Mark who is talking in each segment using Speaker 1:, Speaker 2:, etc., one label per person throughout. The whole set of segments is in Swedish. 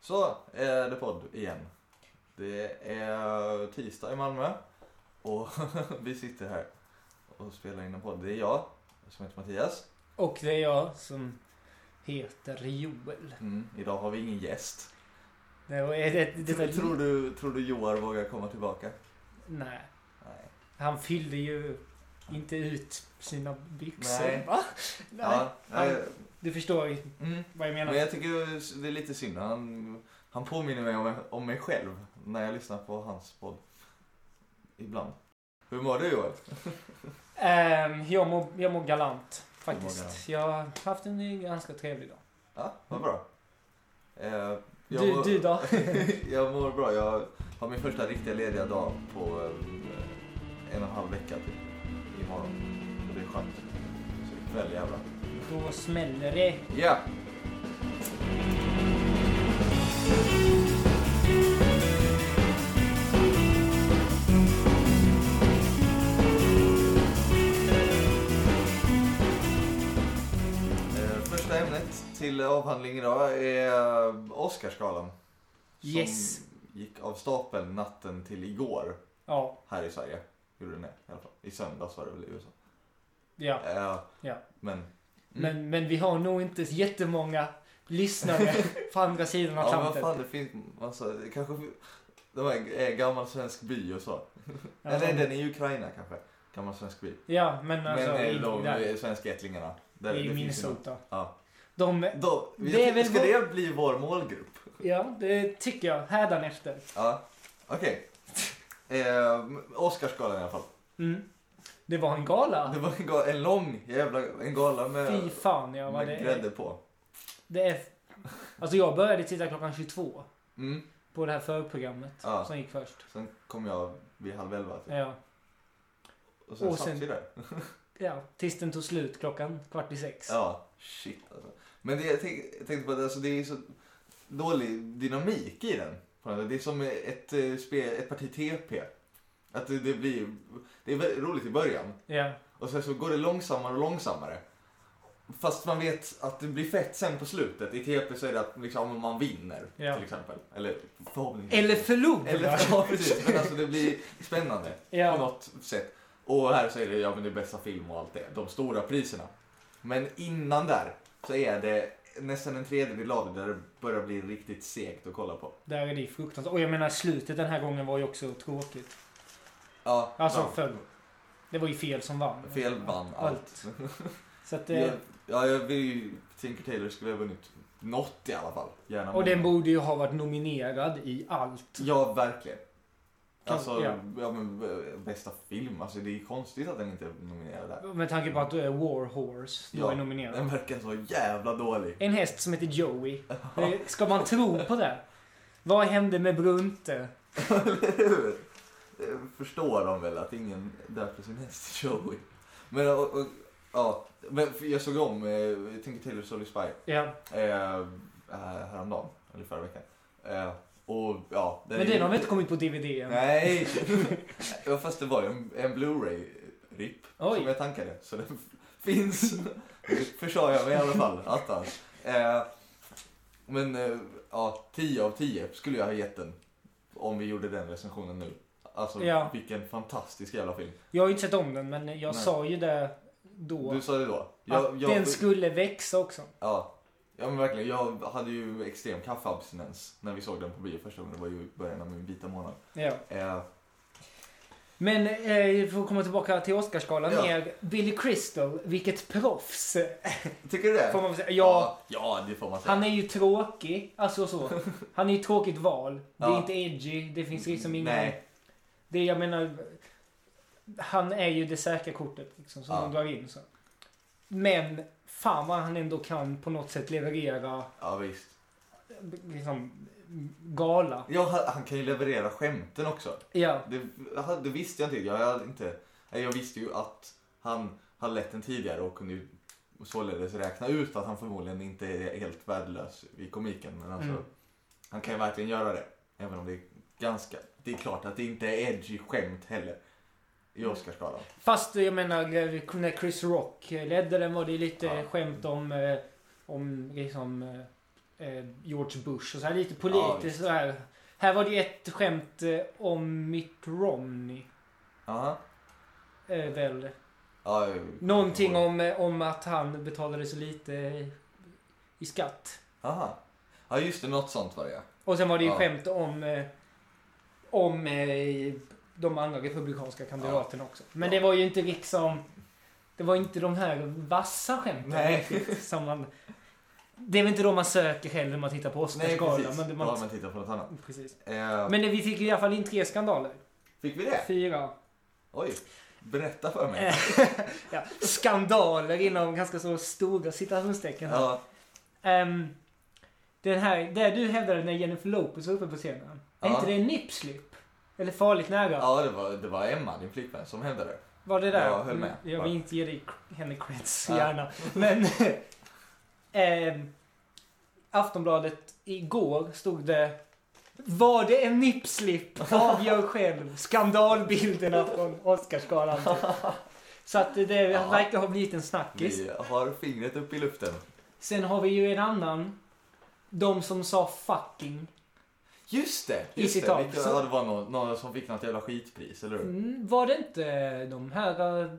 Speaker 1: Så är det podd igen. Det är tisdag i Malmö och vi sitter här och spelar in en podd. Det är jag som heter Mattias.
Speaker 2: Och det är jag som heter Joel.
Speaker 1: Mm. Idag har vi ingen gäst.
Speaker 2: Det är det, det, det,
Speaker 1: Tror, du, tror du Joar vågar komma tillbaka?
Speaker 2: Nej.
Speaker 1: Nej.
Speaker 2: Han fyllde ju inte ut sina byxor.
Speaker 1: Nej.
Speaker 2: Va? Nej.
Speaker 1: Ja, nej.
Speaker 2: Du förstår ju
Speaker 1: Mm.
Speaker 2: vad jag menar.
Speaker 1: Men jag tycker det är lite synd. Han, han påminner mig om, om mig själv när jag lyssnar på hans podd. Ibland. Hur mår du Joel?
Speaker 2: Ehm, jag, mår, jag mår
Speaker 1: Du mår
Speaker 2: galant.
Speaker 1: galant.
Speaker 2: Faktiskt. Jag har haft en ganska trevlig dag.
Speaker 1: Ja, vad bra. Eh, jag
Speaker 2: Du,
Speaker 1: mår-
Speaker 2: du då?
Speaker 1: jag mår bra. Jag har min första riktiga lediga dag på eh, en och en halv vecka typ. Imorgon. Och det är skönt. Så ikväll jävlar.
Speaker 2: Då smäller det.
Speaker 1: Ja! Eh, Första ämnet till avhandling idag är eh, Oscarsgalan. Som
Speaker 2: Yes.
Speaker 1: gick av stapeln natten till igår
Speaker 2: Ja,
Speaker 1: här i Sverige. Gjorde den det i alla fall. I söndags var det väl i USA.
Speaker 2: ja.
Speaker 1: Eh,
Speaker 2: Ja.
Speaker 1: Men Mm.
Speaker 2: Men, men vi har nog inte jättemånga lyssnare på andra sidan
Speaker 1: Ja, vad
Speaker 2: Atlanten.
Speaker 1: fan, det finns massa, det kanske, det var en en gammal svensk by och så.
Speaker 2: Ja,
Speaker 1: Eller den är i Ukraina kanske, gammal svensk by.
Speaker 2: Ja, men
Speaker 1: Men
Speaker 2: alltså.
Speaker 1: eh,
Speaker 2: i,
Speaker 1: de
Speaker 2: där,
Speaker 1: svenska ättlingarna. Där,
Speaker 2: i
Speaker 1: det finns ju någon-
Speaker 2: Minnesota.
Speaker 1: Ja.
Speaker 2: De,
Speaker 1: Då, vi,
Speaker 2: Det är väl
Speaker 1: ska
Speaker 2: vår-
Speaker 1: det bli vår målgrupp?
Speaker 2: ja, det tycker jag. Hädanefter.
Speaker 1: Ja, okej. Eh, Oscarsgalan i alla fall.
Speaker 2: Mm. Det var en gala.
Speaker 1: Det var en, ga- en lång jävla en gala
Speaker 2: Fy
Speaker 1: med,
Speaker 2: fan ja, vad det
Speaker 1: med
Speaker 2: är.
Speaker 1: grädde på.
Speaker 2: det är. Alltså jag började titta klockan 22
Speaker 1: Mm.
Speaker 2: på det här förprogrammet
Speaker 1: Ja.
Speaker 2: som gick först.
Speaker 1: Sen kom jag vid halv elva typ.
Speaker 2: Ja.
Speaker 1: Och sen
Speaker 2: och
Speaker 1: satt
Speaker 2: sen-
Speaker 1: vi där.
Speaker 2: ja, tills den tog slut klockan kvart i sex.
Speaker 1: Ja, shit alltså. Men det, jag, tänk, jag tänkte på att alltså, det är så dålig dynamik i den. på något sätt. Det är som ett, eh, spel, ett parti TP. Att det, det blir, det är väldigt roligt i början
Speaker 2: Ja.
Speaker 1: och sen så går det långsammare och långsammare. Fast man vet att det blir fett sen på slutet. I TP så är det att liksom, man vinner
Speaker 2: Ja.
Speaker 1: till exempel. Eller förhoppningsvis.
Speaker 2: Eller förlora.
Speaker 1: Eller ja, precis. Men alltså det blir spännande på
Speaker 2: ja.
Speaker 1: något sätt. Och här säger det, ja men det är bästa film och allt det. De stora priserna. Men innan där så är det nästan en tredjedel av det där det börjar bli riktigt segt att kolla på.
Speaker 2: Där är det fruktansvärt. Och jag menar slutet den här gången var ju också tråkigt.
Speaker 1: Ja,
Speaker 2: Alltså
Speaker 1: ja.
Speaker 2: för det var ju fel som vann.
Speaker 1: fel vann allt.
Speaker 2: Så att,
Speaker 1: Ja,
Speaker 2: det,
Speaker 1: ja, jag vill ju, Tinker Taylor skulle ha vunnit något i alla fall. Gärna
Speaker 2: eh, och den
Speaker 1: många.
Speaker 2: borde ju ha varit nominerad i allt.
Speaker 1: Ja, verkligen.
Speaker 2: Kan-
Speaker 1: Alltså, ja.
Speaker 2: ja.
Speaker 1: men, eh, bästa film. Alltså det är konstigt att den inte är nominerad där.
Speaker 2: Med tanke på att eh, War Horse då
Speaker 1: Ja.
Speaker 2: är nominerad.
Speaker 1: Den verkar så jävla dålig.
Speaker 2: En häst som heter Joey. Eh, Ska man tro på det? Vad hände med Brunte?
Speaker 1: Eller hur? Eh, Förstår de väl att ingen döper sin häst till Joey. Men, och, och, ja. Men för jag såg om eh, Tinker Tailor Solly Spy
Speaker 2: Ja.
Speaker 1: eh, eh, häromdagen, eller förra veckan. Eh, och ja.
Speaker 2: Men den har väl inte kommit på DVD än?
Speaker 1: Nej! Ja, Fast det var ju en, en Blu-ray-RIP
Speaker 2: Oj.
Speaker 1: som jag tankade. Så den finns. Försade jag mig i alla fall. Attans. Eh, men eh, ja, 10 av 10 skulle jag ha gett den. Om vi gjorde den recensionen nu. Alltså
Speaker 2: Ja.
Speaker 1: vilken fantastisk jävla film.
Speaker 2: Jag har ju inte sett om den men jag
Speaker 1: Nej.
Speaker 2: sa ju det då.
Speaker 1: Du sa det då.
Speaker 2: att den skulle växa också.
Speaker 1: ja, ja men verkligen. Jag hade ju extrem kaffeabstinens när vi såg den på bio första gången. Det var ju i början av min vita månad.
Speaker 2: Ja.
Speaker 1: Eh,
Speaker 2: Men eh, för att komma tillbaka till Oscarsgalan
Speaker 1: Ja.
Speaker 2: är Billy Crystal, vilket proffs.
Speaker 1: tycker du det?
Speaker 2: Får man väl säga. Ja,
Speaker 1: Ja, det får man säga.
Speaker 2: han är ju tråkig. Alltså så. Han är ju ett tråkigt val. Det är
Speaker 1: Ja.
Speaker 2: inte edgy. Det finns liksom ingen...
Speaker 1: Nej.
Speaker 2: Det jag menar. Han är ju det säkra kortet liksom, som
Speaker 1: Ja.
Speaker 2: de drar in. Så. Men fan vad han ändå kan på något sätt leverera
Speaker 1: Ja, visst.
Speaker 2: liksom, gala.
Speaker 1: Ja, han- han kan ju leverera skämten också.
Speaker 2: Ja,
Speaker 1: Det, han- det visste jag inte. Jag, hade inte. nej, jag visste ju att han hade lett den tidigare och kunde ju således räkna ut att han förmodligen inte är helt värdelös i komiken. Men alltså,
Speaker 2: Mm.
Speaker 1: han kan ju verkligen göra det. Även om det är ganska... Det är klart att det inte är edgy skämt heller. I
Speaker 2: Mm.
Speaker 1: Oscarsgalan.
Speaker 2: fast jag menar när Chris Rock ledde den var det lite
Speaker 1: Ja.
Speaker 2: skämt om, eh, om liksom, eh, eh, George Bush och så här lite
Speaker 1: Ja,
Speaker 2: politiskt
Speaker 1: visst.
Speaker 2: så här. Här var det ju ett skämt eh, om Mitt Romney.
Speaker 1: Aha.
Speaker 2: Eh, väl.
Speaker 1: Ja, jag-
Speaker 2: Någonting om, eh, om att han betalade så lite i, i skatt.
Speaker 1: Aha. Ja, just det. Något sånt var det ja.
Speaker 2: Och sen var det ju
Speaker 1: Ja.
Speaker 2: skämt om, eh, om eh, de andra republikanska kandidaterna också. Men det var ju inte liksom... Det var inte de här vassa skämten
Speaker 1: Nej.
Speaker 2: riktigt som man... Det är väl inte de man söker själv när man tittar på
Speaker 1: Nej,
Speaker 2: Oscarsgalan.
Speaker 1: precis.
Speaker 2: Men, det-
Speaker 1: Då har
Speaker 2: man-
Speaker 1: man tittat på något annat.
Speaker 2: precis.
Speaker 1: Eh,
Speaker 2: men vi fick i alla fall in tre skandaler.
Speaker 1: Fick vi det?
Speaker 2: Fyra.
Speaker 1: Oj. Berätta för
Speaker 2: Äh,
Speaker 1: mig.
Speaker 2: Ja, skandaler inom ganska så stora citationstecken. här.
Speaker 1: Ja.
Speaker 2: Ehm, den här, det du hävdade när Jennifer Lopez var uppe på scenen. Är
Speaker 1: Ja.
Speaker 2: inte det en nipslip? Eller farligt nära?
Speaker 1: Ja, det var, det var Emma, din flickvän, som hävdade det.
Speaker 2: Var det där?
Speaker 1: Jag höll med.
Speaker 2: Jag vill inte ge dig, henne creds
Speaker 1: Ja.
Speaker 2: gärna. Men... ehm, Aftonbladet igår stod det Var det en nippslip? Avgör själv. Skandalbilderna från Oscarsgalan. typ. Så att det
Speaker 1: Ja.
Speaker 2: verkar ha blivit en snackis.
Speaker 1: Vi har fingret upp i luften.
Speaker 2: Sen har vi ju en annan. De som sa fucking.
Speaker 1: Just det!
Speaker 2: I
Speaker 1: Just
Speaker 2: sitt
Speaker 1: det.
Speaker 2: tak.
Speaker 1: Vilka, ja, det var någon, någon som fick något jävla skitpris, eller hur?
Speaker 2: Mm, var det inte de här... eh,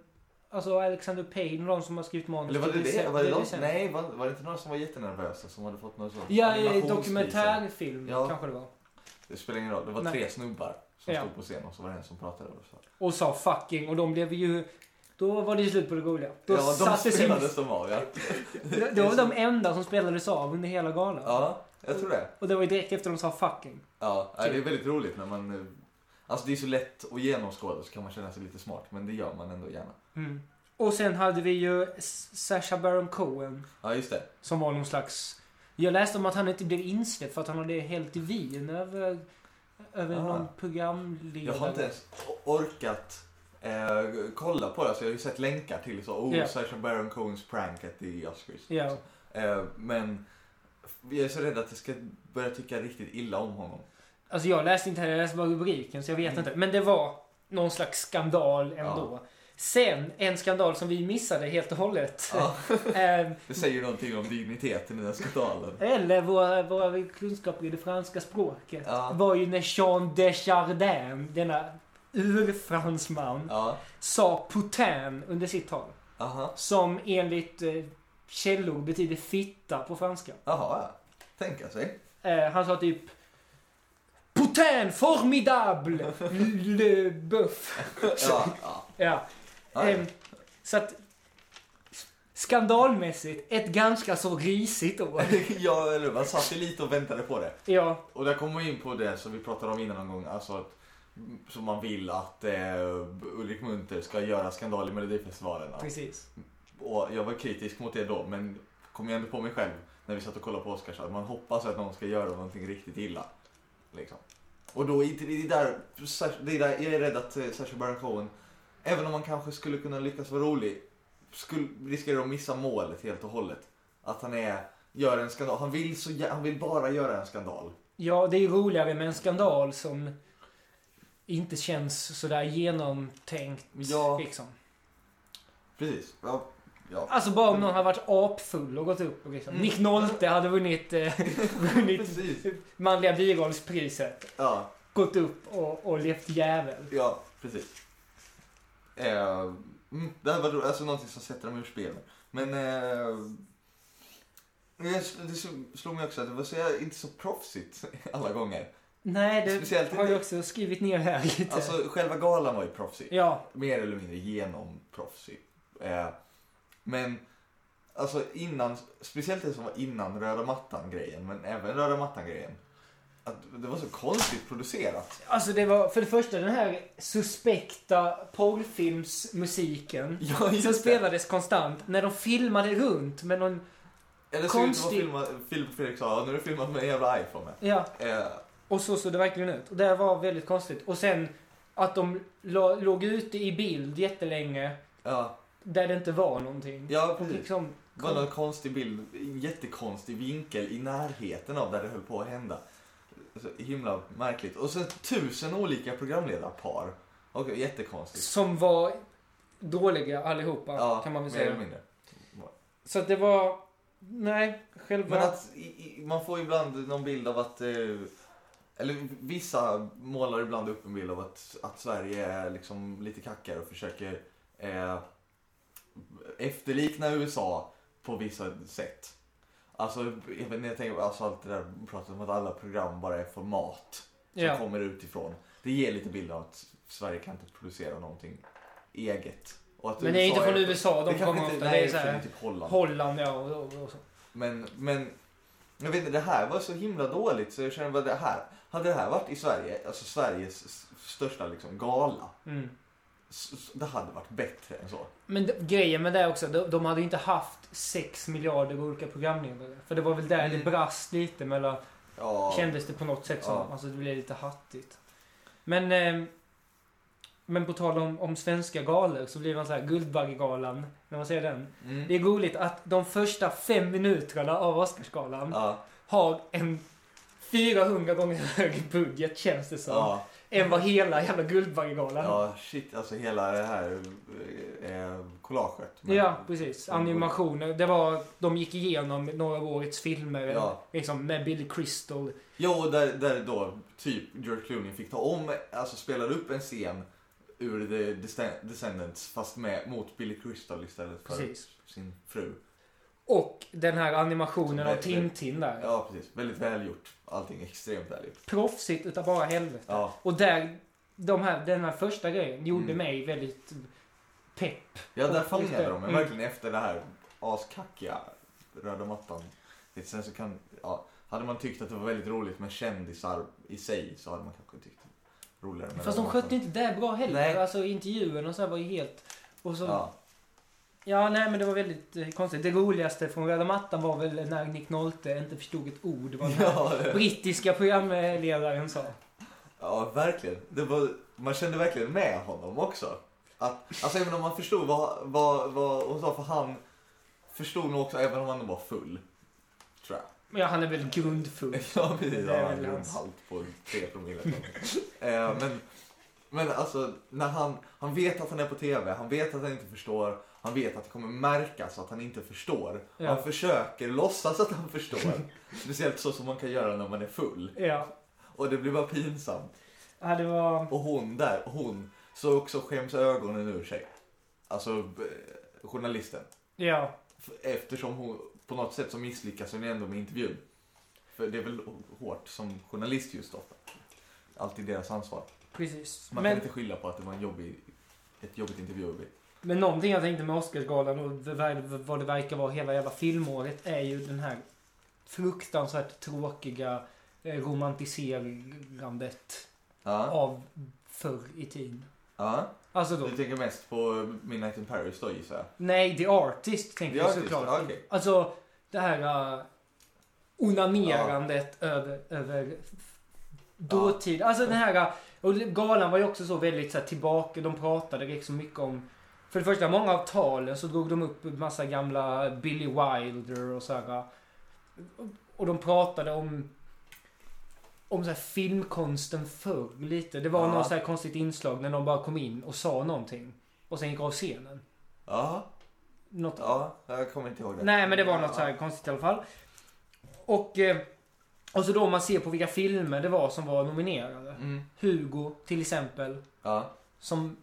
Speaker 2: Alltså Alexander Payne, de som har skrivit manus
Speaker 1: Eller var det
Speaker 2: till
Speaker 1: det?
Speaker 2: Dece-
Speaker 1: Var det
Speaker 2: till
Speaker 1: någon,
Speaker 2: December.
Speaker 1: nej, var, var det inte några som var jättenervösa som hade fått något sånt?
Speaker 2: Ja, i
Speaker 1: Animationspris
Speaker 2: dokumentärfilm
Speaker 1: Ja.
Speaker 2: kanske det var.
Speaker 1: eller- Det spelar ingen roll. Det var
Speaker 2: Nej.
Speaker 1: tre snubbar som
Speaker 2: Ja.
Speaker 1: stod på scen och så var det en som pratade. Och så.
Speaker 2: Och sa fucking och de blev ju... Då var det ju slut på det roliga. Då
Speaker 1: Ja, de
Speaker 2: sattes in,
Speaker 1: spelades de av, ja.
Speaker 2: det, det var de enda som spelades av under hela galan.
Speaker 1: Ja, jag tror det.
Speaker 2: Och det var ju direkt efter de sa fucking.
Speaker 1: Ja, nej,
Speaker 2: Typ.
Speaker 1: det är väldigt roligt när man... eh, Alltså det är så lätt att genomskåda så kan man känna sig lite smart, men det gör man ändå gärna.
Speaker 2: Mm. Och sen hade vi ju S- Sacha Baron Cohen
Speaker 1: Ja, just det.
Speaker 2: som var någon slags... Jag läste om att han inte blev insläppt för att han hade hällt vin över, över
Speaker 1: Ah.
Speaker 2: någon programledare.
Speaker 1: Jag har inte ens orkat eh, kolla på det. Så jag har ju sett länkar till så. Oh,
Speaker 2: Ja.
Speaker 1: Sacha Baron Cohens prank at the Oscars.
Speaker 2: Ja.
Speaker 1: Eh, men jag är så rädd att jag ska börja tycka riktigt illa om honom.
Speaker 2: Alltså jag läste inte heller, jag läste bara rubriken så jag vet
Speaker 1: Mm.
Speaker 2: inte. Men det var någon slags skandal ändå. Sen en skandal som vi missade helt och hållet.
Speaker 1: Ja,
Speaker 2: Ehm,
Speaker 1: det säger någonting om digniteten i den skandalen.
Speaker 2: Eller våra, våra kunskaper i det franska språket.
Speaker 1: Ja.
Speaker 2: Var ju när Jean Desjardins, denna urfransman,
Speaker 1: Ja,
Speaker 2: sa putain under sitt tal.
Speaker 1: aha.
Speaker 2: Som enligt eh, källor betyder fitta på franska.
Speaker 1: Jaha, ja. Tänka sig.
Speaker 2: Eh, han sa typ Putain formidable! Le boeuf.
Speaker 1: Ja, ja.
Speaker 2: Ja.
Speaker 1: ja, ja.
Speaker 2: Ehm, så att skandalmässigt ett ganska så risigt år.
Speaker 1: ja eller hur? man satt ju lite och väntade på det.
Speaker 2: Ja,
Speaker 1: Och där kommer vi in på det som vi pratade om innan någon gång. Alltså att, som man vill att eh, Ulrik Munter ska göra skandal i Melodifestivalen. Att
Speaker 2: precis.
Speaker 1: Och jag var kritisk mot det då, men kom jag ändå på mig själv när vi satt och kollade på Oscars att man hoppas att någon ska göra någonting riktigt illa. Liksom. Och då är det- det är där, det är där jag är rädd att eh, Sacha Baron Cohen, även om man kanske skulle kunna lyckas vara rolig, skulle, riskerar att missa målet helt och hållet. Att han är, gör en skandal. Han vill, så, jä- han vill bara göra en skandal.
Speaker 2: Ja, det är ju roligare med en skandal som inte känns sådär genomtänkt.
Speaker 1: Ja.
Speaker 2: Liksom.
Speaker 1: Precis. Ja. ja.
Speaker 2: Alltså bara om någon hade varit apfull och gått upp och liksom.
Speaker 1: Mm.
Speaker 2: Nick Nolte hade vunnit, eh, vunnit
Speaker 1: Precis.
Speaker 2: manliga birollspriset.
Speaker 1: Ja.
Speaker 2: Gått upp och, och levt jävel.
Speaker 1: Ja, precis. Eh, mm, det här var ro- alltså någonting som sätter dem ur spel. Men eh, det sl- det sl- slog mig också att det var så jag, inte så proffsigt alla gånger.
Speaker 2: Nej, det
Speaker 1: Speciellt
Speaker 2: har
Speaker 1: inte-
Speaker 2: jag också skrivit ner här lite.
Speaker 1: Alltså själva galan var ju proffsig.
Speaker 2: ja,
Speaker 1: Mer eller mindre genomproffsig. Eh, men alltså innan, speciellt det som var innan röda mattan grejen, men även röda mattan grejen. Att det var så konstigt producerat.
Speaker 2: Alltså det var för det första den här suspekta porrfilmsmusiken.
Speaker 1: Ja,
Speaker 2: Som
Speaker 1: just det.
Speaker 2: spelades konstant när de filmade runt med någon,
Speaker 1: Eller så konstigt.
Speaker 2: Konstigt.
Speaker 1: Filma, Filip och Fredrik sa, "Ja, nu är det filmat med en jävla iPhone.
Speaker 2: ja.
Speaker 1: Eh,
Speaker 2: Och så såg det verkligen ut. Och det var väldigt konstigt. Och sen att de la, låg ute i bild jättelänge
Speaker 1: ja,
Speaker 2: där det inte var någonting.
Speaker 1: ja
Speaker 2: Och
Speaker 1: precis.
Speaker 2: liksom,
Speaker 1: Det var någon konstig bild, en jättekonstig vinkel i närheten av där det höll på att hända. Så himla märkligt. Och sen tusen olika programledarpar. Och jättekonstigt.
Speaker 2: som var dåliga allihopa kan man väl
Speaker 1: mer
Speaker 2: säga.
Speaker 1: eller mindre.
Speaker 2: Så att det var Nej, själva...
Speaker 1: Men att i, i, man får ibland någon bild av att... Eh, eller vissa målar ibland upp en bild av att, att Sverige är liksom lite kackare och försöker eh, efterlikna USA på vissa sätt. Alltså, jag, vet, när jag tänker alltså allt det där pratet om att alla program bara är format som
Speaker 2: ja.
Speaker 1: kommer utifrån. Det ger lite bild av att Sverige kan inte producera någonting eget. Och att
Speaker 2: Men det är inte från
Speaker 1: det
Speaker 2: USA de
Speaker 1: kanske
Speaker 2: kommer
Speaker 1: inte-
Speaker 2: ofta.
Speaker 1: Nej,
Speaker 2: det är så
Speaker 1: från
Speaker 2: här,
Speaker 1: typ Holland.
Speaker 2: Holland ja, och, och, och så.
Speaker 1: Men, men jag vet inte, det här var så himla dåligt så jag känner bara det här. Hade det här varit i Sverige, alltså Sveriges s- största liksom gala.
Speaker 2: Mm.
Speaker 1: s- s- Det hade varit bättre än så.
Speaker 2: Men d- grejen med det också, de, de hade ju inte haft 6 miljarder olika programledare. För det var väl där
Speaker 1: Mm.
Speaker 2: det brast lite mellan,
Speaker 1: Ja,
Speaker 2: kändes det på något sätt som,
Speaker 1: Ja.
Speaker 2: alltså det blev lite hattigt. Men, eh, men på tal om, om svenska galor så blir man så här Guldbaggegalan, när man ser den.
Speaker 1: mm.
Speaker 2: Det är roligt att de första fem minuterna av Oscarsgalan
Speaker 1: ja,
Speaker 2: har en 400 gånger högre budget känns det som.
Speaker 1: ja,
Speaker 2: Än vad hela jävla Guldbaggegalan
Speaker 1: ja, shit alltså hela det här eh, collaget. Men- Mm.
Speaker 2: Ja, precis. Animationer. Det var, de gick igenom några av årets filmer.
Speaker 1: Ja.
Speaker 2: Liksom med Billy Crystal.
Speaker 1: Ja, och där, där då typ George Clooney fick ta om, alltså spelade upp en scen ur The Descend- Descendants fast med, mot Billy Crystal istället för
Speaker 2: Precis.
Speaker 1: sin fru.
Speaker 2: Och den här animationen av
Speaker 1: Väldigt-
Speaker 2: Tintin där.
Speaker 1: Ja, precis. Väldigt välgjort. Allting extremt välgjort.
Speaker 2: Proffsigt utav bara helvete.
Speaker 1: Ja,
Speaker 2: Och där, de här, den här första grejen gjorde
Speaker 1: Mm.
Speaker 2: mig väldigt pepp.
Speaker 1: ja där
Speaker 2: Och-
Speaker 1: fångade de mig
Speaker 2: Mm.
Speaker 1: verkligen efter det här askackiga röda mattan. Sen så kan, ja, hade man tyckt att det var väldigt roligt med kändisar i sig så hade man kanske tyckt det var roligare med
Speaker 2: Fast de
Speaker 1: röda mattan.
Speaker 2: skötte inte det bra heller.
Speaker 1: Nej.
Speaker 2: Alltså intervjun och så här var ju helt... Och så, ja.
Speaker 1: Ja,
Speaker 2: nej men det var väldigt eh, konstigt. Det roligaste från röda mattan var väl när Nick Nolte inte förstod ett ord vad den här
Speaker 1: ja, det-
Speaker 2: brittiska programledaren sa.
Speaker 1: ja, verkligen. Det var, man kände verkligen med honom också. Att, alltså även om man förstod vad, vad, vad hon sa, för han förstod nog också även om han var full. Tror jag.
Speaker 2: Men ja, han är väl grundfull.
Speaker 1: Ja precis,
Speaker 2: Det är
Speaker 1: ja,
Speaker 2: väl
Speaker 1: en
Speaker 2: hans.
Speaker 1: halt på 3 promille. eh, men, men alltså, när han, han vet att han är på TV, han vet att han inte förstår, han vet att det kommer märkas att han inte förstår.
Speaker 2: Ja.
Speaker 1: Han försöker låtsas att han förstår. Speciellt så som man kan göra när man är full.
Speaker 2: Ja.
Speaker 1: Och det blir bara pinsamt.
Speaker 2: ja, det var...
Speaker 1: Och hon där, hon, så också skäms ögonen ur sig. Alltså eh, journalisten.
Speaker 2: Ja.
Speaker 1: F- Eftersom hon på något sätt så misslyckas hon ändå med intervjun. För det är väl hårt som journalist just då. Alltid deras ansvar.
Speaker 2: Precis.
Speaker 1: Man
Speaker 2: Men,
Speaker 1: kan inte skylla på att det var en jobbig, ett jobbigt intervjuobjekt.
Speaker 2: men någonting jag tänkte med Oscarsgalan och v- v- vad det verkar vara hela jävla filmåret är ju den här fruktansvärt tråkiga eh, romantiserandet
Speaker 1: Ja.
Speaker 2: av förr i tiden.
Speaker 1: ja.
Speaker 2: Alltså då,
Speaker 1: Du tänker mest på Midnight in Paris då gissar jag?
Speaker 2: nej, The Artist tänker
Speaker 1: The
Speaker 2: jag
Speaker 1: Artist,
Speaker 2: såklart.
Speaker 1: ja, okej.
Speaker 2: Alltså det här uh, onanerandet över, över f- dåtid. Alltså den här, eh, och galan var ju också så väldigt så här, tillbaka, de pratade liksom mycket om för det första, många av talen så drog de upp massa gamla Billy Wilder och så här. eh, Och de pratade om om så här filmkonsten förr lite. Det var
Speaker 1: Ja.
Speaker 2: något så här konstigt inslag när de bara kom in och sa någonting. Och sen gick av scenen.
Speaker 1: Ja.
Speaker 2: Något
Speaker 1: ja, jag kommer inte ihåg det.
Speaker 2: Nej men det var något
Speaker 1: Ja.
Speaker 2: så här konstigt i alla fall. Och, eh, och så då om man ser på vilka filmer det var som var nominerade.
Speaker 1: Mm.
Speaker 2: Hugo till exempel.
Speaker 1: Ja.
Speaker 2: Som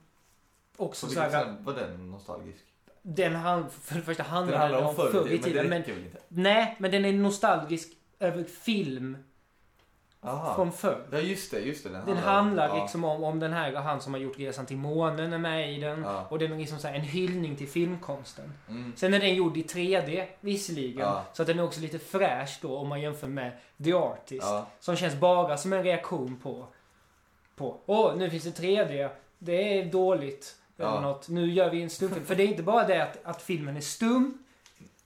Speaker 1: Så
Speaker 2: också så
Speaker 1: vilket
Speaker 2: här,
Speaker 1: sätt var den nostalgisk?
Speaker 2: Den han, för det första
Speaker 1: Den
Speaker 2: handlade
Speaker 1: handlar om förr
Speaker 2: i
Speaker 1: i tiden,
Speaker 2: tiden.
Speaker 1: men
Speaker 2: Men,
Speaker 1: det räcker väl inte?
Speaker 2: nej men den är nostalgisk över film
Speaker 1: Aha. Ah.
Speaker 2: från förr.
Speaker 1: Ja just det, just det. Den,
Speaker 2: Den
Speaker 1: om-
Speaker 2: handlar
Speaker 1: ja.
Speaker 2: liksom om, om den här han som har gjort Resan till månen är med i den.
Speaker 1: Ja.
Speaker 2: Och den är liksom så här en hyllning till filmkonsten.
Speaker 1: Mm.
Speaker 2: Sen är den gjord i 3D visserligen.
Speaker 1: Ja.
Speaker 2: Så att den är också lite fräsch då om man jämför med The Artist.
Speaker 1: Ja.
Speaker 2: Som känns bara som en reaktion på... På, åh nu finns det 3D. Det är dåligt.
Speaker 1: Ja.
Speaker 2: Eller något. Nu gör vi en stumfilm. För det är inte bara det att, att filmen är stum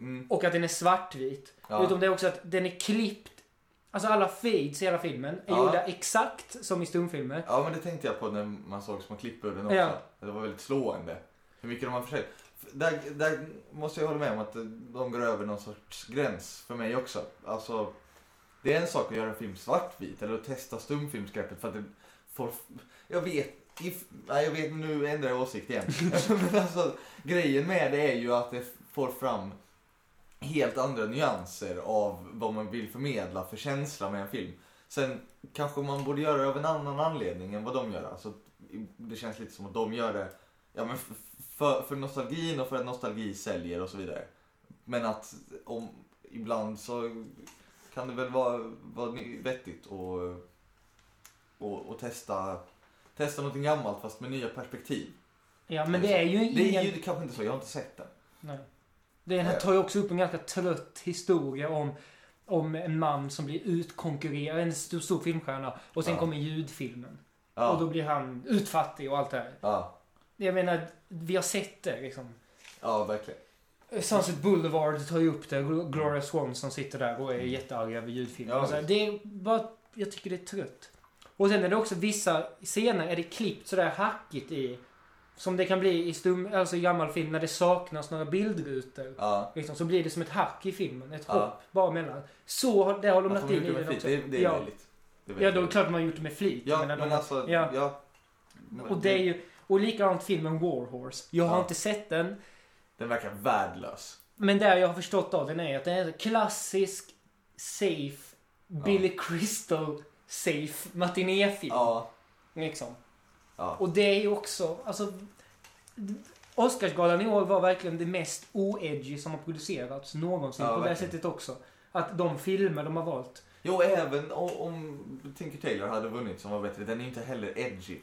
Speaker 1: Mm.
Speaker 2: och att den är svartvit.
Speaker 1: Ja.
Speaker 2: Utan det är också att den är klippt. Alltså alla fades i hela filmen är
Speaker 1: Ja.
Speaker 2: gjorda exakt som i stumfilmer.
Speaker 1: Ja men det tänkte jag på när man såg små klipp ur den också.
Speaker 2: Ja.
Speaker 1: Det var väldigt slående. Hur mycket de har försökt. Där, där måste jag hålla med om att de går över någon sorts gräns för mig också. Alltså, det är en sak att göra en film svartvit eller att testa stumfilmsgreppet för att det får... Jag vet... If, nej, jag vet, nu ändrar jag åsikt igen. men alltså, grejen med det är ju att det får fram helt andra nyanser av vad man vill förmedla för känsla med en film. Sen kanske man borde göra det av en annan anledning än vad de gör. Alltså, det känns lite som att de gör det ja, men f- för, för nostalgin och för att nostalgi säljer och så vidare. Men att om, ibland så kan det väl vara, vara ny- vettigt och, och, och testa, testa någonting gammalt fast med nya perspektiv.
Speaker 2: Ja, men det är ju ingen...
Speaker 1: Det är ju kanske inte så, jag har inte sett den.
Speaker 2: Nej. Den
Speaker 1: Eh.
Speaker 2: här tar ju också upp en ganska trött historia om, om en man som blir utkonkurrerad, en stor, stor filmstjärna. Och sen
Speaker 1: Ja.
Speaker 2: kommer ljudfilmen.
Speaker 1: Ja,
Speaker 2: Och då blir han utfattig och allt det här.
Speaker 1: ja,
Speaker 2: Jag menar, vi har sett det liksom.
Speaker 1: ja verkligen.
Speaker 2: Sunset Boulevard tar ju upp det. Gl- Gloria Swanson sitter där och är jättearg över
Speaker 1: Mm.
Speaker 2: ljudfilmen.
Speaker 1: Ja,
Speaker 2: Och så här,
Speaker 1: visst.
Speaker 2: det är bara, jag tycker det är trött. Och sen är det också vissa scener är det klippt sådär hackigt i. Som det kan bli i stum, alltså i gammal film när det saknas några bildrutor.
Speaker 1: Ja.
Speaker 2: Liksom, så blir det som ett hack i filmen. Ett
Speaker 1: Ja.
Speaker 2: hopp bara mellan. Så har- det har de
Speaker 1: Att
Speaker 2: lagt
Speaker 1: de
Speaker 2: in i
Speaker 1: gjorde det
Speaker 2: den
Speaker 1: med flit,
Speaker 2: också.
Speaker 1: det, det är
Speaker 2: ja.
Speaker 1: väldigt. Det är
Speaker 2: ja,
Speaker 1: väldigt
Speaker 2: då är det klart att man har gjort det med flit.
Speaker 1: Ja,
Speaker 2: Jag menar,
Speaker 1: men,
Speaker 2: de-
Speaker 1: alltså,
Speaker 2: ja.
Speaker 1: ja.
Speaker 2: Och det är ju... Och likadant filmen Warhorse. Jag har
Speaker 1: Ja.
Speaker 2: inte sett den.
Speaker 1: Den verkar värdelös.
Speaker 2: Men där jag har förstått av den är att den är en klassisk, safe, Billy Crystal safe matinéfilm.
Speaker 1: Ja.
Speaker 2: Liksom.
Speaker 1: ja.
Speaker 2: Och det är ju också, alltså... Oscarsgalan i år var verkligen det mest o-edgy som har producerats någonsin
Speaker 1: Ja,
Speaker 2: på det här
Speaker 1: verkligen.
Speaker 2: sättet också. Att de filmer de har valt.
Speaker 1: Jo, även om, om Tinker Taylor hade vunnit som var bättre, den är ju inte heller edgy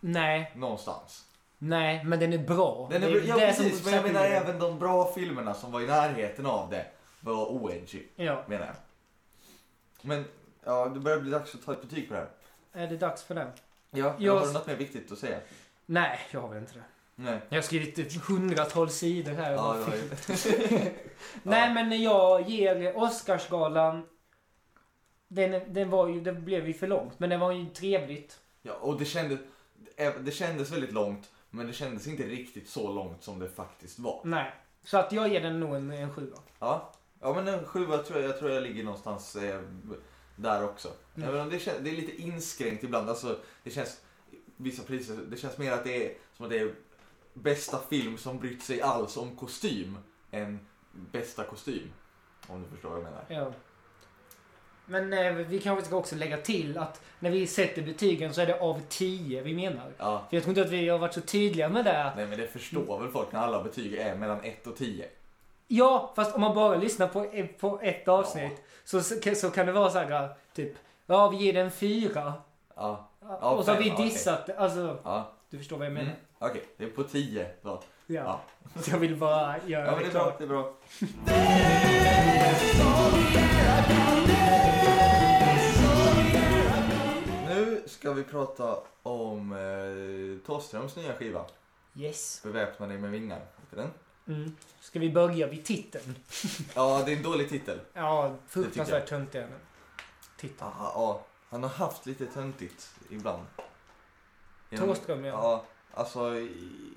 Speaker 2: Nej,
Speaker 1: någonstans.
Speaker 2: nej, men den är bra.
Speaker 1: Den är,
Speaker 2: Det ju
Speaker 1: ja,
Speaker 2: det som
Speaker 1: precis, men jag menar
Speaker 2: sätter-
Speaker 1: även de bra filmerna som var i närheten av det var oedgy,
Speaker 2: Ja,
Speaker 1: menar jag. Men, ja, det börjar bli dags att ta ett betyg på det här.
Speaker 2: är det dags för den?
Speaker 1: Ja,
Speaker 2: Jag-
Speaker 1: Har du något mer viktigt att säga?
Speaker 2: Nej, jag har väl inte det.
Speaker 1: Nej.
Speaker 2: Jag har skrivit hundratals sidor här.
Speaker 1: Ja, det var ju...
Speaker 2: Nej men jag ger Oscarsgalan den, den var ju, det blev ju för långt men det var ju trevligt.
Speaker 1: Ja, och det kändes, det kändes väldigt långt, men det kändes inte riktigt så långt som det faktiskt var.
Speaker 2: Nej. Så att jag ger den nog en, en sjua.
Speaker 1: Ja, ja men en sjua tror jag, jag tror jag ligger någonstans eh, där också.
Speaker 2: Mm.
Speaker 1: Även om det, kän, det är lite inskränkt ibland, alltså det känns, vissa priser, det känns mer att det är som att det är bästa film som brytt sig alls om kostym än bästa kostym. Om du förstår vad jag menar.
Speaker 2: Ja. Men eh, vi kanske ska också lägga till att när vi sätter betygen så är det av 10 vi menar.
Speaker 1: Ja,
Speaker 2: För jag tror inte att vi har varit så tydliga med det.
Speaker 1: nej men det förstår väl folk när alla betyg är mellan 1 och 10.
Speaker 2: Ja, fast om man bara lyssnar på, eh, på ett avsnitt så, så, så kan det vara så här typ Ja, vi ger den 4.
Speaker 1: Ja,
Speaker 2: och så har
Speaker 1: fem,
Speaker 2: vi
Speaker 1: ja, okej.
Speaker 2: dissat Alltså,
Speaker 1: ja.
Speaker 2: du förstår vad jag menar.
Speaker 1: Mm. Okej, det är på 10 då.
Speaker 2: Ja. Så jag vill bara göra
Speaker 1: Ja, men det
Speaker 2: det
Speaker 1: är bra.
Speaker 2: klart.
Speaker 1: Det är bra. Nu ska vi prata om eh, Thåströms nya skiva,
Speaker 2: Yes.
Speaker 1: Beväpna dig med vingar. Heter den?
Speaker 2: Mm. Ska vi börja vid titeln?
Speaker 1: Ja, det är en dålig titel.
Speaker 2: Ja,
Speaker 1: Det
Speaker 2: fruktansvärt töntig är den. Titeln.
Speaker 1: Aha, ja. Han har haft lite töntigt ibland.
Speaker 2: Thåström, ja.
Speaker 1: Ja, alltså... I,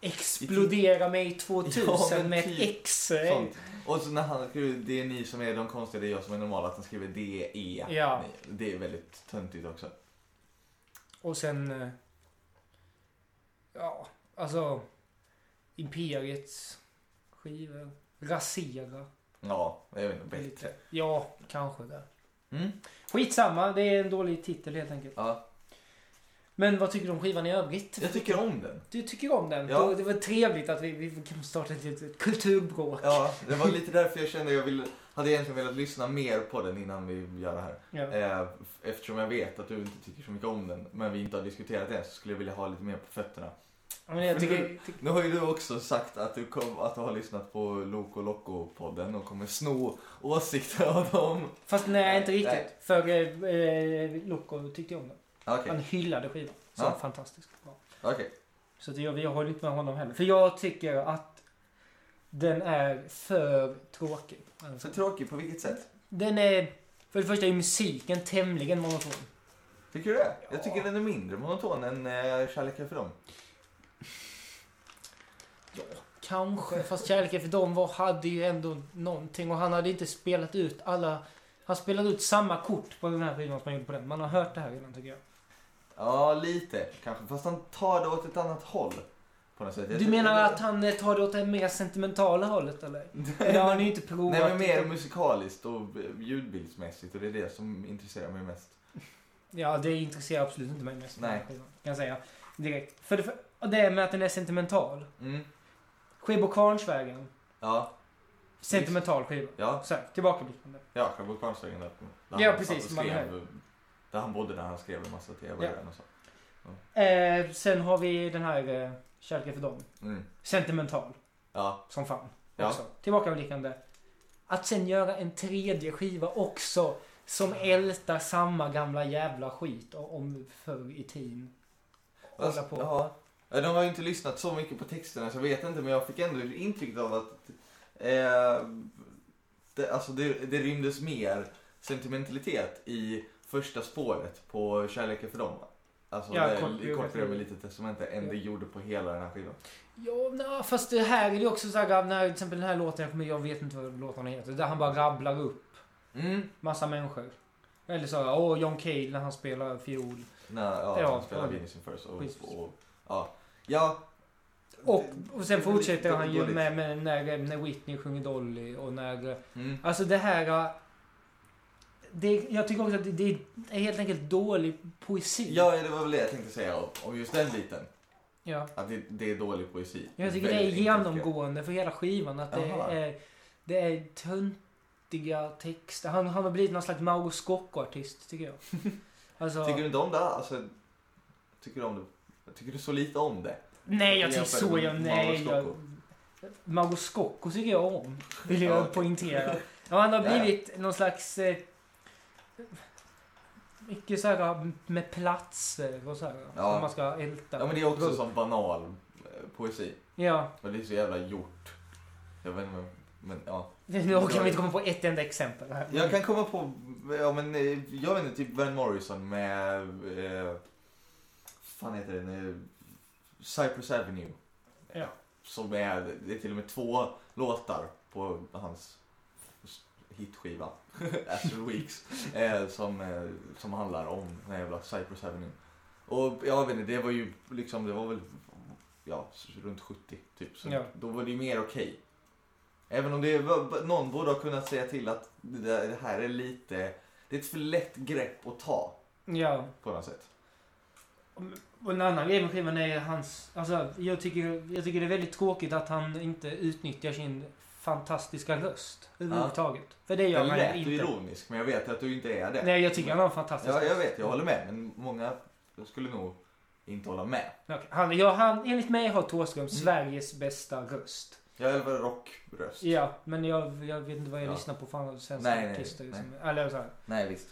Speaker 2: Explodera mig 2000
Speaker 1: Ja, men
Speaker 2: med ett
Speaker 1: typ
Speaker 2: X. eh.
Speaker 1: sånt. Och så när han skriver det är ni som är de konstiga, det är jag som är normal, att han skriver det är
Speaker 2: Ja.
Speaker 1: ni. Det är väldigt töntigt också.
Speaker 2: Och sen... eh, Ja, alltså... Imperiets skivor. Rasera.
Speaker 1: Ja, jag vet inte. Bättre.
Speaker 2: Lite. Ja, kanske det.
Speaker 1: Mm.
Speaker 2: Skitsamma, det är en dålig titel helt enkelt.
Speaker 1: Ja,
Speaker 2: Men vad tycker du om skivan i övrigt?
Speaker 1: jag tycker om den.
Speaker 2: Du tycker om den?
Speaker 1: Ja.
Speaker 2: Då- Det var trevligt att vi, vi kan starta ett litet kulturbråk.
Speaker 1: Ja, det var lite därför jag kände jag ville, hade egentligen velat lyssna mer på den innan vi gör det här.
Speaker 2: Ja.
Speaker 1: Eh, f- Eftersom jag vet att du inte tycker så mycket om den, men vi inte har diskuterat det, så skulle jag vilja ha lite mer på fötterna.
Speaker 2: Ja, Men jag
Speaker 1: Men
Speaker 2: tycker... tycker-
Speaker 1: Nu har ju du också sagt att du, kom, att du har lyssnat på Loco Loco-podden och kommer sno åsikter av dem.
Speaker 2: Fast nej, inte
Speaker 1: Nej,
Speaker 2: riktigt.
Speaker 1: nej.
Speaker 2: För eh, eh, Loco tyckte jag om den.
Speaker 1: Okej,
Speaker 2: Han hyllade skivan. Så
Speaker 1: Ja.
Speaker 2: fantastiskt bra.
Speaker 1: okej.
Speaker 2: Så det, jag, jag håller inte med honom heller. För jag tycker att den är för tråkig. Alltså.
Speaker 1: Så tråkigt, på vilket sätt?
Speaker 2: Den är... För det första är musiken tämligen monoton.
Speaker 1: Tycker du det? Jag
Speaker 2: Ja.
Speaker 1: tycker den är mindre monoton än eh, Kärleken för dem.
Speaker 2: Kanske. Fast kärleken för dem var, hade ju ändå någonting. Och han hade inte spelat ut alla... Han spelade ut samma kort på den här skivan som han gjorde på den. Man har hört det här innan tycker jag.
Speaker 1: Ja, lite kanske. Fast han tar det åt ett annat håll. På något sätt. Jag
Speaker 2: Du
Speaker 1: tycker-
Speaker 2: menar att han eh, tar det åt det mer sentimentala hållet eller? Eller har ni inte provat?
Speaker 1: Nej men mer
Speaker 2: utan-
Speaker 1: musikaliskt och ljudbildsmässigt och det är det som intresserar mig mest.
Speaker 2: Ja, det intresserar absolut inte mig mest.
Speaker 1: Nej.
Speaker 2: Kan jag säga. Direkt. För det, för och det med att den är sentimental.
Speaker 1: Mm.
Speaker 2: Skibo Kvarnsvägen.
Speaker 1: Ja,
Speaker 2: Sentimental skiva.
Speaker 1: ja,
Speaker 2: Så här, tillbakablickande.
Speaker 1: ja, Charlotte Kvarnsvägen där. där
Speaker 2: Ja,
Speaker 1: han satt
Speaker 2: precis,
Speaker 1: och
Speaker 2: man
Speaker 1: Skrev, där han bodde när han skrev en massa tv
Speaker 2: Ja.
Speaker 1: och så.
Speaker 2: Eh, sen har vi den här eh, Kärleken för dem.
Speaker 1: Mm.
Speaker 2: Sentimental.
Speaker 1: Ja,
Speaker 2: Som fan.
Speaker 1: Ja.
Speaker 2: Också. Tillbakablickande. Att sen göra en tredje skiva också. Som ältar samma gamla jävla skit o- om förr i tiden. Hålla på.
Speaker 1: Ja. Ja, De har ju inte lyssnat så mycket på texterna så jag vet inte men jag fick ändå intrycket av att eh, det, alltså det, det rymdes mer sentimentalitet i första spåret på Kärleken för dem. Alltså
Speaker 2: Ja,
Speaker 1: det,
Speaker 2: kort
Speaker 1: i kort
Speaker 2: biografi.
Speaker 1: brev med lite testamente än
Speaker 2: Ja.
Speaker 1: det gjorde på hela den här skivan.
Speaker 2: Ja, na, fast det här är det ju också så här, när till exempel den här låten, jag, kommer, jag vet inte vad låtarna heter, där han bara rabblar upp
Speaker 1: Mm.
Speaker 2: massa människor. Eller så, här, åh John Cale när han spelar fiol.
Speaker 1: När, ja,
Speaker 2: Ja,
Speaker 1: han spelar
Speaker 2: ja.
Speaker 1: Venus in First och,
Speaker 2: Precis.
Speaker 1: och, ja. Ja.
Speaker 2: Och, och sen
Speaker 1: Det-
Speaker 2: fortsätter
Speaker 1: det-
Speaker 2: han ju
Speaker 1: dåligt.
Speaker 2: med, med när, när Whitney sjunger Dolly och när...
Speaker 1: Mm.
Speaker 2: Alltså det här... äh, Det, jag tycker också att det, det är helt enkelt dålig poesi.
Speaker 1: Ja, det var väl det jag tänkte säga om- om just den biten.
Speaker 2: Ja.
Speaker 1: Att det, det är dålig poesi.
Speaker 2: Jag tycker det är
Speaker 1: Väldigt enkelt,
Speaker 2: genomgående för hela skivan att det
Speaker 1: Jaha.
Speaker 2: är, det är töntiga texter. Han, han har blivit någon slags Mauro Scocco-artist tycker jag. Alltså,
Speaker 1: Tycker du inte om det? Alltså, tycker du om det? Tycker du så lite om det?
Speaker 2: nej,
Speaker 1: Jag
Speaker 2: jag tycker
Speaker 1: jämför
Speaker 2: så.
Speaker 1: med
Speaker 2: Jag,
Speaker 1: Mauro
Speaker 2: nej, jag,
Speaker 1: Scocco.
Speaker 2: Mauro Scocco tycker jag om. Vill jag
Speaker 1: Ja, okej.
Speaker 2: poängtera. Ja, han har
Speaker 1: Ja, ja.
Speaker 2: blivit någon slags... Eh, mycket så här med platser och så här.
Speaker 1: Ja.
Speaker 2: Som man ska älta.
Speaker 1: Ja men det är också sån banal eh, poesi.
Speaker 2: Ja,
Speaker 1: Och det är så jävla gjort. Jag vet inte men ja.
Speaker 2: nu kan vi inte komma på ett enda exempel. Här.
Speaker 1: Jag kan komma på, ja men eh, jag vet inte, typ Van Morrison med, eh, fan heter den, eh, Cypress Avenue.
Speaker 2: Ja.
Speaker 1: Som är, det är till och med två låtar på hans hitskiva, Astral Weeks, eh, som, eh, som handlar om den här jävla Cypress Avenue. Och jag vet inte, det var ju liksom, det var väl ja, s- runt 70 typ. Så
Speaker 2: Ja.
Speaker 1: då var det ju mer okej. Även om det var, någon borde ha kunnat säga till att det, där, det här är lite, det är ett för lätt grepp att ta
Speaker 2: Ja.
Speaker 1: på något sätt.
Speaker 2: Och en annan grej med skivan är hans... Alltså, jag tycker, jag tycker det är väldigt tråkigt att han inte utnyttjar sin fantastiska röst överhuvudtaget. För det gör
Speaker 1: Jag
Speaker 2: han
Speaker 1: lät
Speaker 2: inte.
Speaker 1: ju ironisk men jag vet att du inte är det.
Speaker 2: Nej, jag tycker han har en fantastisk
Speaker 1: Ja, jag
Speaker 2: röst.
Speaker 1: vet, jag håller med. Men många skulle nog inte hålla med.
Speaker 2: Okej, Han, ja, han, enligt mig har Thåström
Speaker 1: Mm.
Speaker 2: Sveriges bästa röst.
Speaker 1: Jag har väl rockröst.
Speaker 2: Ja, men jag, jag vet inte vad jag
Speaker 1: Ja.
Speaker 2: lyssnar på för andra svenska
Speaker 1: Nej, nej,
Speaker 2: artister.
Speaker 1: nej.
Speaker 2: Som, eller så här.
Speaker 1: Nej, visst.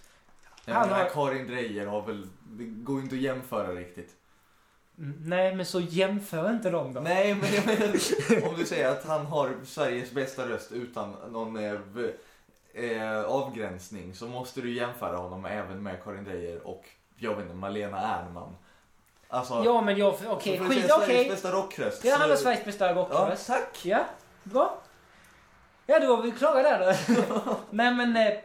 Speaker 2: Han
Speaker 1: Han
Speaker 2: har-
Speaker 1: har... Karin Drejer har väl, det går ju inte att jämföra riktigt.
Speaker 2: Mm, Nej, men så jämför inte dem då.
Speaker 1: Nej, men jag menar, om du säger att han har Sveriges bästa röst utan någon eh, v- eh, avgränsning så måste du jämföra honom även med Karin Drejer och, jag vet inte, Malena Ernman. Alltså,
Speaker 2: Ja, men jag...
Speaker 1: så
Speaker 2: Okej,
Speaker 1: får du
Speaker 2: skit.
Speaker 1: säga
Speaker 2: Okej.
Speaker 1: Sveriges bästa rockröst.
Speaker 2: Det är han
Speaker 1: så-
Speaker 2: har Sveriges bästa
Speaker 1: Ja,
Speaker 2: rockröst.
Speaker 1: tack.
Speaker 2: Ja, bra. Ja, då var vi klara där då. Nej men, eh,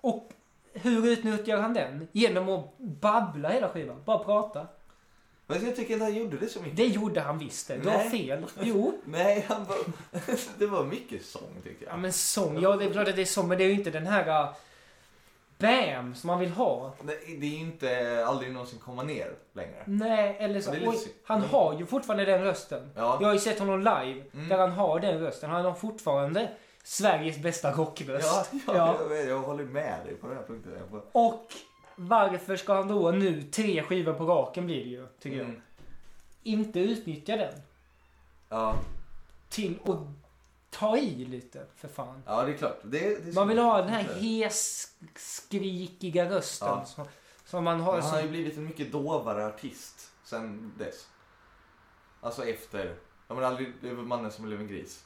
Speaker 2: och hur utnyttjar han den? Genom att babbla hela skivan. Bara prata.
Speaker 1: Men jag tycker inte han gjorde det så mycket.
Speaker 2: Det gjorde han visst det. Du har
Speaker 1: Nej.
Speaker 2: fel. Jo.
Speaker 1: Nej, han var... det var mycket sång tycker jag.
Speaker 2: Ja men sång, ja det är klart att det är sång men det är ju inte den här eh, BAM som man vill ha.
Speaker 1: Nej, Det är ju inte aldrig någonsin komma ner längre.
Speaker 2: Nej, eller så.
Speaker 1: Ja, det är lite
Speaker 2: Oj,
Speaker 1: synd.
Speaker 2: han
Speaker 1: Mm.
Speaker 2: har ju fortfarande den rösten.
Speaker 1: Ja,
Speaker 2: Jag har ju sett honom live
Speaker 1: Mm.
Speaker 2: där han har den rösten. Han har fortfarande Sveriges bästa rockröst.
Speaker 1: ja, ja,
Speaker 2: Ja.
Speaker 1: Jag, vet, jag håller med dig på den här punkten. Jag bara,
Speaker 2: Och varför ska han då nu, tre skivor på raken blir det ju, tycker jag.
Speaker 1: Mm.
Speaker 2: Inte utnyttja den
Speaker 1: Ja,
Speaker 2: till att ta i lite, för fan.
Speaker 1: ja, det är klart. Det, det är
Speaker 2: Man vill ha den här
Speaker 1: Inte.
Speaker 2: hes-skrikiga rösten
Speaker 1: Ja.
Speaker 2: som, som man har.
Speaker 1: Men Han har ju
Speaker 2: Som,
Speaker 1: blivit en mycket dovare artist sen dess. Alltså efter. Jag menar aldrig, det var mannen som blev en gris.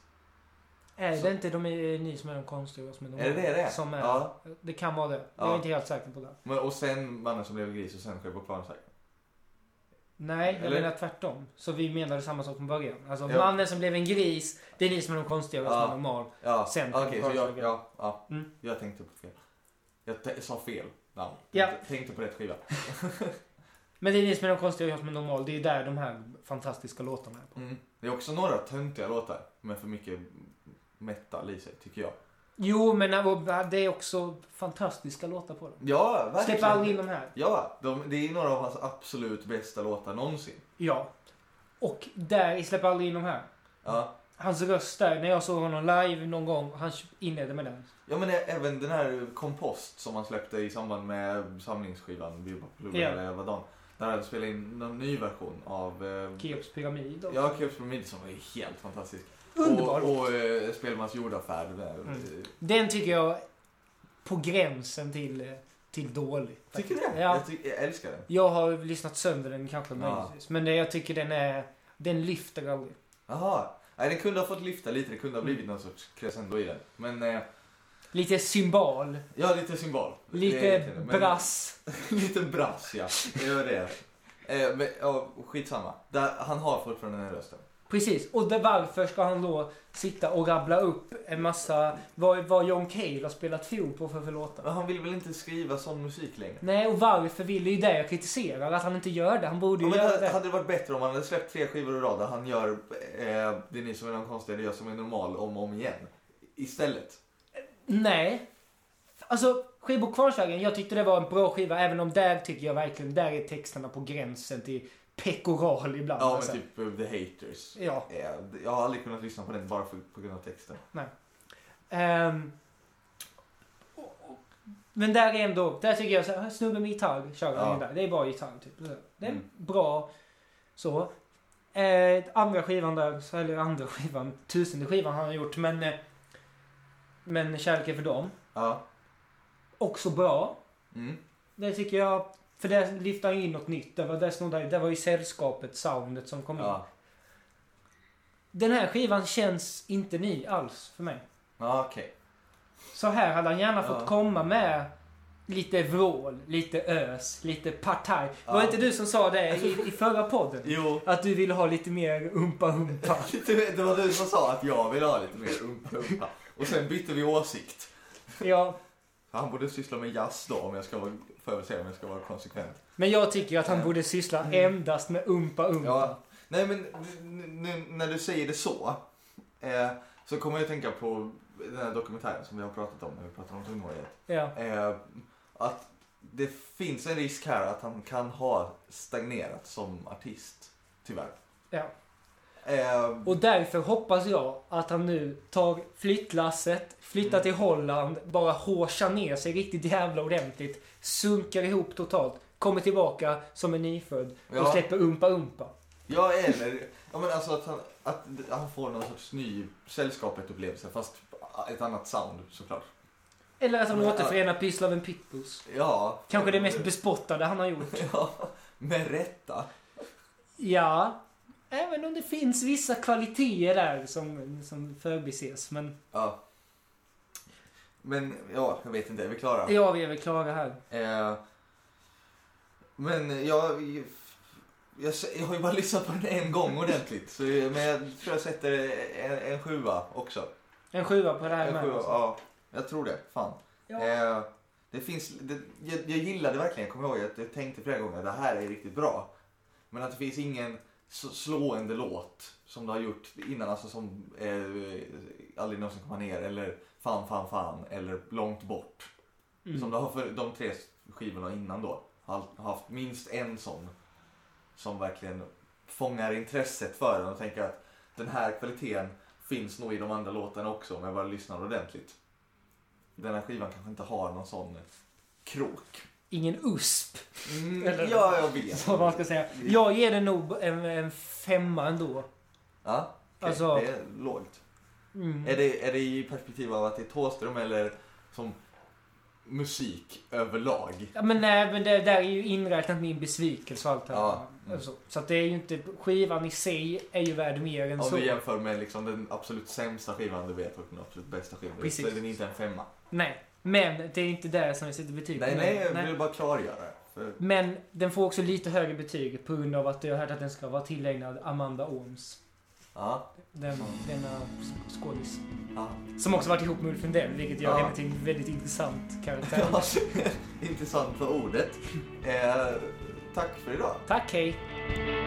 Speaker 2: är
Speaker 1: så-
Speaker 2: det inte de är, ni som är de konstiga? Som är, de
Speaker 1: Är det det det är?
Speaker 2: Som är,
Speaker 1: Ja.
Speaker 2: Det kan vara det. Jag är
Speaker 1: Ja.
Speaker 2: inte helt säker på det.
Speaker 1: Men, och sen mannen som blev en gris och sen själv på planen. så här.
Speaker 2: Nej, jag
Speaker 1: Eller?
Speaker 2: menar tvärtom. Så vi menade samma sak från början. Alltså,
Speaker 1: Ja.
Speaker 2: mannen som blev en gris, det är ni som är de konstiga och jag som
Speaker 1: Ja.
Speaker 2: är normal.
Speaker 1: Ja,
Speaker 2: Sen
Speaker 1: okej,
Speaker 2: på
Speaker 1: så jag,
Speaker 2: planen.
Speaker 1: ja, ja,
Speaker 2: Mm.
Speaker 1: jag tänkte på fel. Jag t- sa fel namn.
Speaker 2: Ja.
Speaker 1: Jag Tänkte på rätt skiva.
Speaker 2: Men det är ni som är de konstiga och jag som är normal. Det är där de här fantastiska låtarna är på.
Speaker 1: Mm. Det är också några töntiga låtar med för mycket metal i sig, tycker jag.
Speaker 2: Jo, men eh, det är också fantastiska låtar på dem.
Speaker 1: Ja, verkligen.
Speaker 2: Släpp aldrig in de här.
Speaker 1: Ja, de, det är några av hans absolut bästa låtar någonsin.
Speaker 2: Ja. Och där i Släpp aldrig in de här.
Speaker 1: Ja.
Speaker 2: Hans röst där, när jag såg honom live någon gång, han inledde med den.
Speaker 1: ja, men ä- även den här Kompost som han släppte i samband med samlingsskivan Bibba Plugga
Speaker 2: Ja.
Speaker 1: eller vad de- Där han spelade in någon ny version av eh,
Speaker 2: Keops pyramid och...
Speaker 1: Ja, Keops Pyramid som är helt fantastisk.
Speaker 2: Underbar!
Speaker 1: Och, och eh, Spelmans jordaffär. eh, Där.
Speaker 2: Mm. Den tycker jag på gränsen till, eh, till dålig.
Speaker 1: Tycker du det?
Speaker 2: Ja.
Speaker 1: Jag, ty- jag älskar den.
Speaker 2: Jag har lyssnat sönder den kanske
Speaker 1: Ja.
Speaker 2: möjligtvis. Men det, jag tycker den är... Den lyfter aldrig.
Speaker 1: Jaha. Nej, den kunde ha fått lyfta lite. Det kunde ha blivit
Speaker 2: Mm.
Speaker 1: någon sorts crescendo i den. Men eh,
Speaker 2: Lite cymbal.
Speaker 1: ja, lite symbol. Det är
Speaker 2: Lite
Speaker 1: egentligen det. Men-
Speaker 2: brass.
Speaker 1: lite brass, ja. Det var det. Eh, men, ja, skitsamma. Där, han har fortfarande den här rösten.
Speaker 2: Precis. Och det, varför ska han då sitta och rabbla upp en massa... Vad, vad John Cale har spelat fiol på för för låtar?
Speaker 1: Men han vill väl inte skriva sån musik längre?
Speaker 2: Nej, och varför vill det ju det jag kritiserar. Att han inte gör det. Han borde
Speaker 1: Ja,
Speaker 2: ju
Speaker 1: men
Speaker 2: göra
Speaker 1: hade,
Speaker 2: det.
Speaker 1: hade det varit bättre om han hade släppt tre skivor i rad där han gör eh, Det är ni som är de konstiga, det är jag som är normal om och om igen. Istället.
Speaker 2: Nej. Alltså, Skivbo Kvarnshagen, jag tyckte det var en bra skiva även om där tycker jag verkligen, där är texterna på gränsen till pekoral ibland.
Speaker 1: Ja,
Speaker 2: alltså.
Speaker 1: men typ eh, The Haters.
Speaker 2: Ja.
Speaker 1: Eh, Jag har aldrig kunnat lyssna på den bara för, på grund av texten.
Speaker 2: Ehm. och- och- men där är ändå, där tycker jag så här, snubben med gitarr kör han
Speaker 1: Ja.
Speaker 2: ju där. Det är bra gitarr typ. Det är
Speaker 1: Mm.
Speaker 2: bra så. Eh, andra skivan där, så- eller andra skivan, tusende skivan har han gjort men... eh, Men Kärlek är för dem.
Speaker 1: Ja.
Speaker 2: Också bra.
Speaker 1: Mm.
Speaker 2: Det tycker jag. För där lyfte han in något nytt. Det var, det snodde, det var ju sällskapet, soundet som kom in.
Speaker 1: Ja.
Speaker 2: Den här skivan känns inte ny alls för mig.
Speaker 1: Ja, okej.
Speaker 2: Så här hade han gärna
Speaker 1: Ja.
Speaker 2: fått komma med lite vrål, lite ös, lite partaj. Var
Speaker 1: Ja. Alltså-
Speaker 2: det inte du som sa det i, i förra podden?
Speaker 1: Jo.
Speaker 2: Att du ville ha lite mer umpa-humpa.
Speaker 1: Det var du som sa att jag vill ha lite mer umpa-umpa. Och sen bytte vi åsikt.
Speaker 2: ja.
Speaker 1: Han borde syssla med jazz då om jag ska vara, för att se om jag ska vara konsekvent.
Speaker 2: Men jag tycker att han borde syssla endast med umpa-umpa.
Speaker 1: Mm. Ja. Nej men nu, nu, när du säger det så. Eh, så kommer jag att tänka på den här dokumentären som vi har pratat om när vi pratar om tonårighet.
Speaker 2: Ja.
Speaker 1: Eh, att det finns en risk här att han kan ha stagnerat som artist. Tyvärr.
Speaker 2: Ja.
Speaker 1: Eh,
Speaker 2: Och därför hoppas jag att han nu tar flyttlasset, flyttar till Holland, bara hårsar ner sig riktigt jävla ordentligt, sunkar ihop totalt, kommer tillbaka som en nyfödd och
Speaker 1: Ja.
Speaker 2: släpper Umpa Umpa.
Speaker 1: Ja, eller ja, men alltså att, han, att han får någon sorts ny sällskapet-upplevelse fast ett annat sound såklart.
Speaker 2: Eller att han
Speaker 1: Men,
Speaker 2: återförenar Pysslarven Pitbulls.
Speaker 1: Ja.
Speaker 2: Kanske det mest bespottade han har gjort.
Speaker 1: Ja, med rätta.
Speaker 2: Ja, även om det finns vissa kvaliteter där som, som förbises. Men
Speaker 1: Ja. Men ja, jag vet inte, är vi klara?
Speaker 2: ja, vi är väl klara här.
Speaker 1: Eh, men jag, jag, jag har ju bara lyssnat på den en gång ordentligt. Så, men jag tror jag sätter en, en sjua också.
Speaker 2: En sjua på det här
Speaker 1: En
Speaker 2: med.
Speaker 1: sjua,
Speaker 2: alltså.
Speaker 1: ja. Jag tror det, fan.
Speaker 2: Ja.
Speaker 1: Eh, det finns, det, jag, jag gillade verkligen, jag kommer ihåg att jag tänkte flera gånger det här är riktigt bra. Men att det finns ingen s- slående låt som du har gjort innan, alltså som eh, Aldrig någonsin komma ner eller Fan fan fan eller Långt bort.
Speaker 2: Mm.
Speaker 1: Som du har för de tre skivorna innan då. Har har haft minst en sån som verkligen fångar intresset för den och tänker att den här kvaliteten finns nog i de andra låtarna också om jag bara lyssnar ordentligt. Den här skivan kanske inte har någon sån krok.
Speaker 2: Ingen USP.
Speaker 1: Mm,
Speaker 2: Eller-
Speaker 1: ja, jag vet.
Speaker 2: Så man ska säga. Jag ger den nog en, en femma ändå.
Speaker 1: Ja, okej,
Speaker 2: Alltså-
Speaker 1: Det är lågt.
Speaker 2: Mm.
Speaker 1: Är, det, är det i perspektiv av att det är Thåström eller som musik överlag?
Speaker 2: Ja, men nej, men det där är ju inräknat min besvikelse och allt det här.
Speaker 1: Ja, mm.
Speaker 2: Alltså, Så att det är ju inte, skivan i sig är ju värd mer än
Speaker 1: Om
Speaker 2: så.
Speaker 1: vi jämför med liksom den absolut sämsta skivan du vet och den absolut bästa skivan du vet, så är
Speaker 2: Precis.
Speaker 1: den inte en femma.
Speaker 2: Nej, men det är inte där som jag sätter betyg på
Speaker 1: Nej,
Speaker 2: den.
Speaker 1: nej, jag vill bara klargöra. det, För,
Speaker 2: Men den får också lite högre betyg på grund av att jag hört att den ska vara tillägnad Amanda Ooms.
Speaker 1: ja,
Speaker 2: Den, denna sk- skådis.
Speaker 1: ja.
Speaker 2: Som också varit ihop med Ulf Lundell, vilket gör
Speaker 1: Ja.
Speaker 2: henne till en väldigt intressant karaktär.
Speaker 1: Ja, intressant för ordet. Eh,
Speaker 3: tack för idag.
Speaker 1: Tack, hej!